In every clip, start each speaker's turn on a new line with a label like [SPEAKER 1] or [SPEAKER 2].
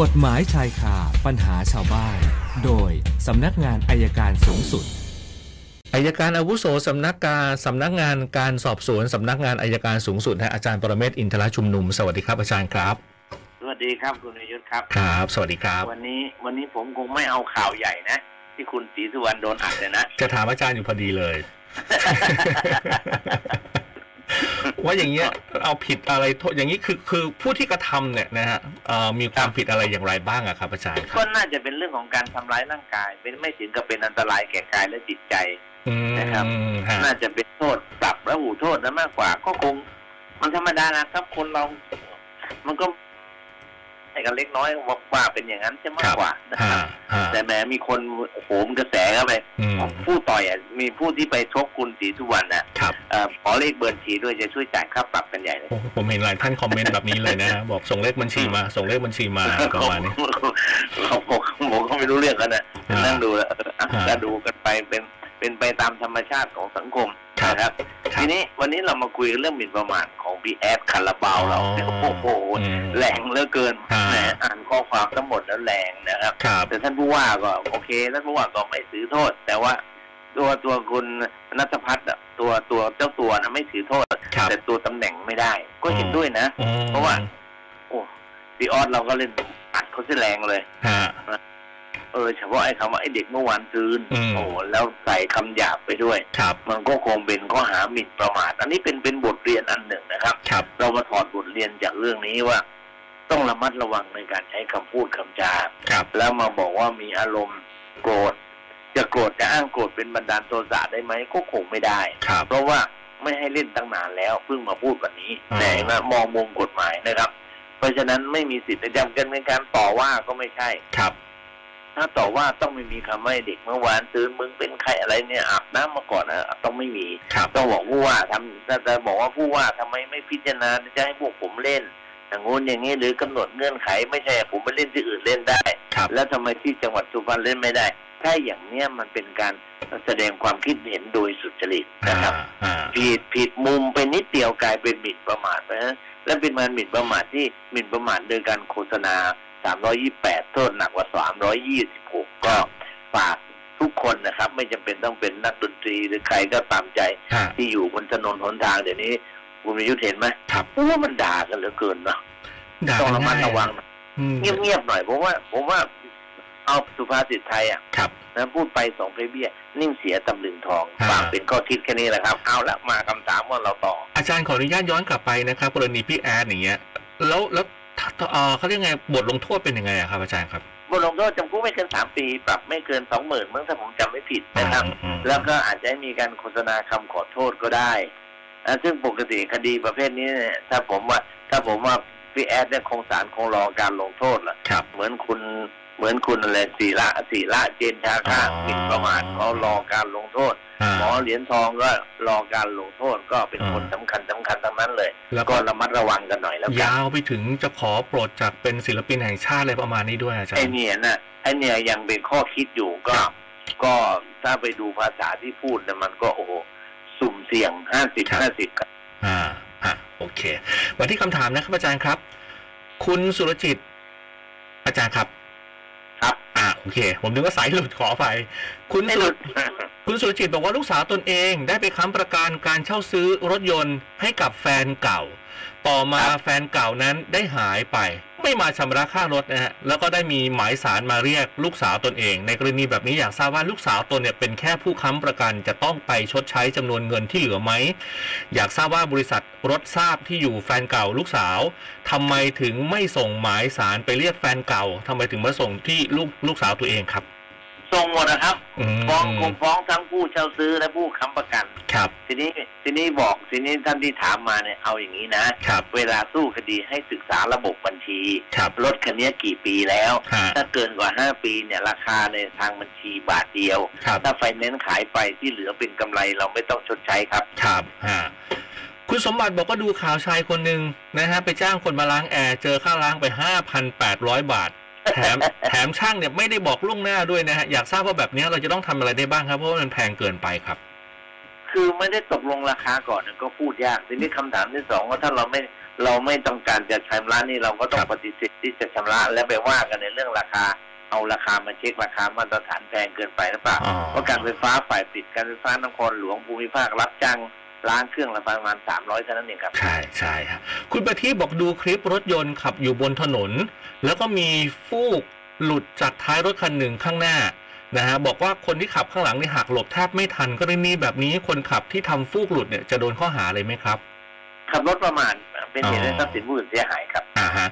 [SPEAKER 1] กฎหมายชายคาปัญหาชาวบ้าน โดยสำนักงานอายการสูงสุด
[SPEAKER 2] อายการอาวุโสสำนักการสำนักงานการสอบสวนสำนักงานอายการสูงสุดฮะอาจารย์ปรเมศวร์อินทรชุมนุม สวัสดีครับอาจารย์ครับ
[SPEAKER 3] สวัสดีครับคุณวิยุทธครับ
[SPEAKER 2] ครับ สวัสดีครับ
[SPEAKER 3] วันนี้วันนี้ผมคงไม่เอาข่าวใหญ่นะ ที่คุณศรีสุวรรณโดนอัดเลยนะ
[SPEAKER 2] จะถามอาจารย์อยู่พอดีเลย ว่าอย่างเงี้ยเอาผิดอะไรโทษอย่างนี้คือคือผู้ที่กระทำเนี่ยนะฮะเอ่อมีความผิดอะไรอย่างไรบ้างอะครับอาจารย์ค
[SPEAKER 3] ก็
[SPEAKER 2] รับ
[SPEAKER 3] น่าจะเป็นเรื่องของการทำร้ายร่างกาย เป็นไม่ถึงกับเป็นอันตรายแก่กายและจิตใจ
[SPEAKER 2] อืม
[SPEAKER 3] นะครับ
[SPEAKER 2] ฮะ
[SPEAKER 3] น่าจะเป็นโทษปรับและหูโทษนะมากกว่า ก็คง มันธรรมดานะครับ คนเรา มันก็ไอ้กันเล็กน้อยบอกว่าเป็นอย่างนั้นจะมากกว่านะค
[SPEAKER 2] ฮะ
[SPEAKER 3] รับ
[SPEAKER 2] ฮะ
[SPEAKER 3] แต่แหมมีคนโอ้โหมกระแสเข้าไป
[SPEAKER 2] อืม
[SPEAKER 3] ผู้ต่อยอ่ะมีผู้ที่ไปชกคุณศรีสุวรรณน่ะ
[SPEAKER 2] ครับ
[SPEAKER 3] เอ่อขอเลขเบอร์บัญชีด้วยจะช่วยจ่ายค่าปรับกันใหญ่เลย
[SPEAKER 2] โอ้โหผมเห็นหลายท่านคอมเมนต์แบบนี้เลยนะฮะบอกส่งเลขบัญชีมาส่งเลขบัญชี มาประมาณนี้
[SPEAKER 3] ผมผมก็ไม่รู้เรื่องกันนะ
[SPEAKER 2] อ่า
[SPEAKER 3] นั่งดูแล้ว
[SPEAKER 2] อ่า
[SPEAKER 3] ก็ดูกันไปเป็นเป็นไปตามธรรมชาติของสังคม
[SPEAKER 2] ครับ
[SPEAKER 3] นะครับ
[SPEAKER 2] ครับ
[SPEAKER 3] ทีนี้วันนี้เรามาคุยเรื่องหมิ่นประมาทของพี่แอดคาราบาวเราเนี่ยโอ้โห
[SPEAKER 2] อืม
[SPEAKER 3] แรงเหลือเกิน
[SPEAKER 2] อ่า
[SPEAKER 3] แหมอ่านข้อความทั้งหมดแล้วแรงนะครับ
[SPEAKER 2] ครับ
[SPEAKER 3] แต่ท่านผู้ว่าก็โอเคท่านผู้ว่าก็ไม่ถือโทษ แต่ว่าตัวตัวคุณนัทพัฒน์อะตัวตัวเจ้าตัวนะไม่ถือโทษ
[SPEAKER 2] ครับ
[SPEAKER 3] แต่ตัวตำแหน่งไม่ได้ ก็เห็น
[SPEAKER 2] อืม
[SPEAKER 3] ด้วยนะ
[SPEAKER 2] อืม
[SPEAKER 3] เพราะว่า โอ้พี่ออสเราก็เล่นอัดเขาเสียแรงเลย
[SPEAKER 2] ฮะ
[SPEAKER 3] เออ เฉพาะไอ้คำว่าไอ้เด็กเมื่อวานซืน
[SPEAKER 2] อืม
[SPEAKER 3] โอ้โหแล้วใส่คำหยาบไปด้วย
[SPEAKER 2] ครับ
[SPEAKER 3] มันก็คงเป็นข้อหาหมิ่นประมาท อันนี้เป็นเป็นบทเรียนอันหนึ่งนะครับ
[SPEAKER 2] ครับ
[SPEAKER 3] เรามาถอดบทเรียนจากเรื่องนี้ว่า ต้องระมัดระวังในการใช้คำพูดคำจา
[SPEAKER 2] ครับ
[SPEAKER 3] แล้วมาบอกว่ามีอารมณ์โกรธ จะโกรธจะอ้างโกรธเป็นบันดาลโทสะได้ไหมก็คงไม่ได้
[SPEAKER 2] ครับ
[SPEAKER 3] เพราะว่าไม่ให้เล่นตั้งนานแล้วเพิ่งมาพูดวันนี้
[SPEAKER 2] อ๋อ
[SPEAKER 3] แต่ว่ามองมุมกฎหมายนะครับ เพราะฉะนั้นไม่มีสิทธิ์จะจำกันเป็นการต่อว่าก็ไม่ใช่
[SPEAKER 2] ครับ
[SPEAKER 3] ถ้าต่อว่าต้องไม่มีคำว่าไอ้เด็กเมื่อวานซื้อมึงเป็นใครอะไรเนี่ยอาบน้ำมาก่อนอะต้องไม่มี
[SPEAKER 2] ครับ
[SPEAKER 3] ต้องบอกผู้ว่าทำถ้าจะบอกว่าผู้ว่าทำไมไม่พิจารณาจะให้พวกผมเล่นอย่างงู้นอย่างนี้หรือกำหนดเงื่อนไข ไม่ใช่ผมไปเล่นที่อื่นเล่นได้
[SPEAKER 2] ครับ
[SPEAKER 3] แล้วทำไมที่จังหวัดสุพรรณเล่นไม่ได้ ถ้าอย่างเนี้ยมันเป็นการแสดงความคิดเห็นโดยสุจริต
[SPEAKER 2] อ่า
[SPEAKER 3] นะครับ
[SPEAKER 2] อ่า
[SPEAKER 3] ผิดผิดมุมไปนิดเดียวกลายเป็นหมิ่นประมาทไปฮะและเป็นมันหมิ่นประมาทที่หมิ่นประมาทโดยการโฆษณา 328 โทษหนักกว่า 326 ก็ฝากทุกคนนะครับ ไม่จำเป็นต้องเป็นนักดนตรีหรือใครก็ตามใจ
[SPEAKER 2] ฮะ
[SPEAKER 3] ที่อยู่บนถนนหนทางเดี๋ยวนี้ คุณวิยุทธเห็นไหม
[SPEAKER 2] ครับ
[SPEAKER 3] เพราะว่ามันด่ากันเหลือเกินเนาะ
[SPEAKER 2] ด่า
[SPEAKER 3] ต้อง
[SPEAKER 2] กั
[SPEAKER 3] ระ
[SPEAKER 2] น
[SPEAKER 3] มัด
[SPEAKER 2] ได้
[SPEAKER 3] ระวัง
[SPEAKER 2] อืม
[SPEAKER 3] เงียบๆหน่อยเพราะว่า ผมว่าเอาสุภาษิตไทยอ่ะ
[SPEAKER 2] ครับ
[SPEAKER 3] นะพูดไปสองเพลเบี้ย นิ่มเสียตำลึงทอง
[SPEAKER 2] อ่า
[SPEAKER 3] ฟังเป็นข้อคิดแค่นี้แหละครับ เอาละมาคำถามว่าเราต่อ
[SPEAKER 2] อาจารย์ขออนุญาตย้อนกลับไปนะครับ กรณีพี่แอดอย่างเงี้ย แล้วแล้วเอ่อเขาเรียกไงบทลงโทษเป็นยังไงอะครับอาจารย์ครับ
[SPEAKER 3] บทลงโทษจำคุกไม่เกินสามปี ปรับไม่เกินสองหมื่นเมื่อถ้าผมจำไม่ผิดนะครับ
[SPEAKER 2] อืมอืม
[SPEAKER 3] แล้วก็อาจจะให้มีการโฆษณาคำขอโทษก็ได้นะซึ่งปกติคดีประเภทนี้เนี่ยถ้าผมว่า ถ้าผมว่าพี่แอดเนี่ยคงสารคงรอการลงโทษล่ะ
[SPEAKER 2] ครับ
[SPEAKER 3] เหมือนคุณเหมือนคุณอะไรศีละศีละเจนชาค่า
[SPEAKER 2] อ๋อ
[SPEAKER 3] หมิ่นประมาทเขารอการลงโทษ
[SPEAKER 2] อ่า
[SPEAKER 3] หมอเหรียญทองก็รอการลงโทษก็เป็น
[SPEAKER 2] อ่า
[SPEAKER 3] คนสำคัญสำคัญทั้งนั้นเลย
[SPEAKER 2] แล้ว
[SPEAKER 3] ก็
[SPEAKER 2] ก็
[SPEAKER 3] ระมัดระวังกันหน่อยแล้วกั
[SPEAKER 2] ยาน วไปถึงจะขอโปรดจากเป็นศิลปินแห่งชาติอะไรประมาณนี้ด้วยอาจาร
[SPEAKER 3] ไอ
[SPEAKER 2] ย์
[SPEAKER 3] เนี่ยนะไอเนี่ยยังเป็นข้อคิดอยู่ก็ ก็ถ้าไปดูภาษาที่พูดนะมันก็โอ้โหสุ่มเสี่ยงห้าสิบ
[SPEAKER 2] ครับ
[SPEAKER 3] ห้าสิบกัน
[SPEAKER 2] อ่าอ่ะโอเคมาที่คำถามนะครับอาจารย์ครับ คุณสุรจิต อาจารย์ครับ
[SPEAKER 3] ครับ
[SPEAKER 2] อ่าโอเค ผมนึกว่าสายหลุดขอไป คุณ
[SPEAKER 3] ไม่
[SPEAKER 2] สุ
[SPEAKER 3] ห
[SPEAKER 2] ร
[SPEAKER 3] ลุ ด
[SPEAKER 2] คุณสุรจิตบอกว่าลูกสาวตนเอง ได้ไปค้ำประกันการเช่าซื้อรถยนต์ให้กับแฟนเก่า ต่อมา
[SPEAKER 3] ครับ
[SPEAKER 2] แฟนเก่านั้นได้หายไป ไม่มาชำระค่ารถนะฮะแล้วก็ได้มีหมายสารมาเรียกลูกสาวตนเอง ในกรณีแบบนี้อยากทราบว่าลูกสาวตนเนี่ยเป็นแค่ผู้ค้ำประกันจะต้องไปชดใช้จำนวนเงินที่เหลือไหม อยากทราบว่าบริษัทรถทราบที่อยู่แฟนเก่าลูกสาวทำไมถึงไม่ส่งหมายสารไปเรียกแฟนเก่าทำไมถึงมาส่งที่ลูกลูกสาวตัวเองครับ
[SPEAKER 3] ทรงหมดนะครับ
[SPEAKER 2] ม
[SPEAKER 3] ฟ้องคงฟ้องทั้งผู้เช่าซื้อและผู้ค้ำประกัน
[SPEAKER 2] ครับ
[SPEAKER 3] ทีนี้ทีนี้บอกทีนี้ท่านที่ถามมาเนี่ยเอาอย่างนี้นะ
[SPEAKER 2] ครับ
[SPEAKER 3] เวลาสู้คดีให้ศึกษาระบบบัญชี
[SPEAKER 2] ครับ
[SPEAKER 3] รถคันนี้กี่ปีแล้ว
[SPEAKER 2] ฮะ
[SPEAKER 3] ถ้าเกินกว่า 5 ปีเนี่ยราคาในทางบัญชีบาทเดียว
[SPEAKER 2] ครับ
[SPEAKER 3] ถ้าไฟแนนซ์ขายไปที่เหลือเป็นกำไรเราไม่ต้องชดใช้ครับ
[SPEAKER 2] ครับฮะคุณสมบัติบอกว่าดูข่าวชายคนหนึ่งนะฮะไปจ้างคนมาล้างแอร์เจอค่าล้างไป 5,800 บาท แถม แถมช่างเนี่ยไม่ได้บอกล่วงหน้าด้วยนะฮะอยากทราบว่าแบบเนี้ยเราจะต้องทำอะไรได้บ้างครับเพราะว่ามันแพงเกินไปครับ
[SPEAKER 3] คือไม่ได้ตกลงราคาก่อนเนี่ยก็พูดยากทีนี้คำถามที่สองว่าถ้าเราไม่ เราไม่ต้องการจะชำระนี่เราก็ต้อ
[SPEAKER 2] ค
[SPEAKER 3] ง
[SPEAKER 2] รับ
[SPEAKER 3] ปฏิเสธที่จะชำระและไปว่ากันในเรื่องราคา เอาราคามาเช็คราคามาตรฐานแพงเกินไปหรือเปล่า
[SPEAKER 2] อ๋อ
[SPEAKER 3] เพราะการไฟฟ้าฝ่ายปิดการไฟฟ้านครหลวงภูมิภาครับจ้างล้างเครื่องละประมาณสามร้อยเท่านั้นเองครับ
[SPEAKER 2] ใช่ใช่ครับคุณประทีปบอกดูคลิปรถยนต์ขับอยู่บนถนน แล้วก็มีฟูกหลุดจากท้ายรถคันหนึ่งข้างหน้านะฮะบอกว่าคนที่ขับข้างหลังนี่หักหลบแทบไม่ทันกรณีแบบนี้คนขับที่ทำฟูกหลุดเนี่ยจะโดนข้อหาเลยไหมครับ
[SPEAKER 3] ขับรถประมาทเป็นเหตุให้ทรัพย์สินผู้อื่นเสียหายครับ
[SPEAKER 2] อ่าฮะ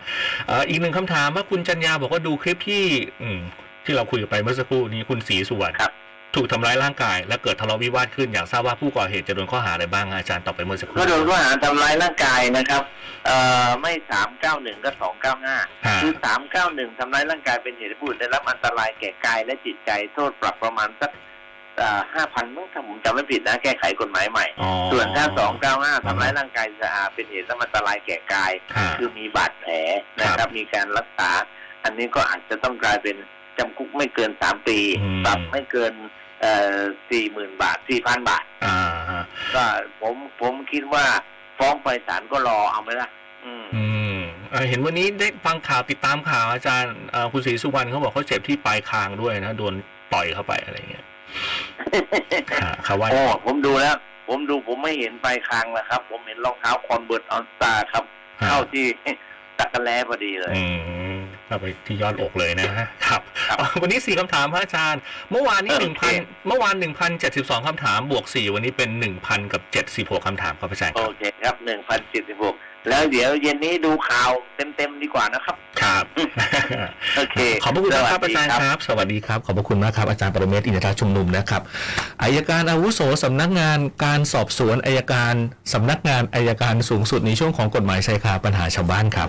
[SPEAKER 2] เอ่ออีกหนึ่งคำถามว่าคุณจัญญาบอกว่าดูคลิปที่ อืม ที่เราคุยกันไปเมื่อสักครู่นี้คุณศรีสุวรรณ
[SPEAKER 3] ครับ
[SPEAKER 2] ถูกทำร้ายร่างกาย และเกิดทะเลาะวิวาทขึ้นอยากทราบว่าผู้ก่อเหตุจะโดนข้อหาอะไรบ้างอาจารย์ตอบไปเมื่อสักครู่
[SPEAKER 3] ก็โดนข้อหาทำร้ายร่างกายนะครับเอ่อไม่สามเก้าหนึ่งก็สองเก้าห้า
[SPEAKER 2] ฮะ
[SPEAKER 3] คือสามเก้าหนึ่งทำร้ายร่างกายเป็นเหตุให้ผู้อื่นได้รับอันตรายแก่กายและจิตใจโทษปรับประมาณสักห้าพันมั้งถ้าผมจำไม่ผิดนะ แก้ไขกฎหมายใหม่
[SPEAKER 2] อ๋อ
[SPEAKER 3] ส่วนถ้าสองเก้าห้าทำร้ายร่างกายสะอาดเป็นเหตุให้อันตรายแก่กาย
[SPEAKER 2] ฮะ
[SPEAKER 3] คือมีบาดแผลนะค
[SPEAKER 2] ครั
[SPEAKER 3] รั
[SPEAKER 2] บบ
[SPEAKER 3] มีการรักษา อันนี้ก็อาจจะต้องกลายเป็นจำคุกไม่เกินสามปี
[SPEAKER 2] อืม
[SPEAKER 3] ปรับไม่เกินสี่หมื่นบาทสี่พันบาท
[SPEAKER 2] อ่าฮะ
[SPEAKER 3] ก็ผมผมคิดว่าฟ้องไปศาลก็รอเอาไหมล่ะ อืม
[SPEAKER 2] อืมเอ่อเห็นวันนี้ได้ฟังข่าวติดตามข่าวอาจารย์เอ่อคุณศรีสุวรรณเขาบอกเขาเจ็บที่ปลายคางด้วยนะโดนต่อยเข้าไปอะไร เงี้ยฮะเขาว่า
[SPEAKER 3] โอ้ผมดูแล้ว ผมดูผมไม่เห็นปลายคางนะครับ ผมเห็นรองเท้าคอนเบิร์ตออนสตาครับ
[SPEAKER 2] ฮะ
[SPEAKER 3] เข้าที่ ตะกะแลพอดีเลย
[SPEAKER 2] อืมเข้าไปที่ยอดอกเลยนะฮะครับ
[SPEAKER 3] ครับ
[SPEAKER 2] วันนี้สี่คำถามพระอาจารย์ เมื่อวานนี้
[SPEAKER 3] เออ
[SPEAKER 2] หนึ่งพัน
[SPEAKER 3] โอเค
[SPEAKER 2] เมื่อวานหนึ่งพันเจ็ดสิบสองคำถามบวกสี่วันนี้เป็นหนึ่งพันกับเจ็ดสิบหกคำถามครับอาจารย์
[SPEAKER 3] โอเคครับหนึ่งพันสิบหกแล้วเดี๋ยวเย็นนี้ดูข่าวเต็มๆดีกว่านะครับ
[SPEAKER 2] ครับ
[SPEAKER 3] โอเค
[SPEAKER 2] ขอบพระคุณมากครับ
[SPEAKER 3] ส
[SPEAKER 2] อา
[SPEAKER 3] วัสดี
[SPEAKER 2] จารย์ครับ สวัสดีครับ ขอบพระคุณมากครับอาจารย์ปรเมศวร์อินทราชุมนุมนะครับอายการอาวุโสสำนักงานการสอบสวนอายการสำนักงานอายการสูงสุดในช่วงของกฎหมายชายคาปัญหาชาวบ้านครับ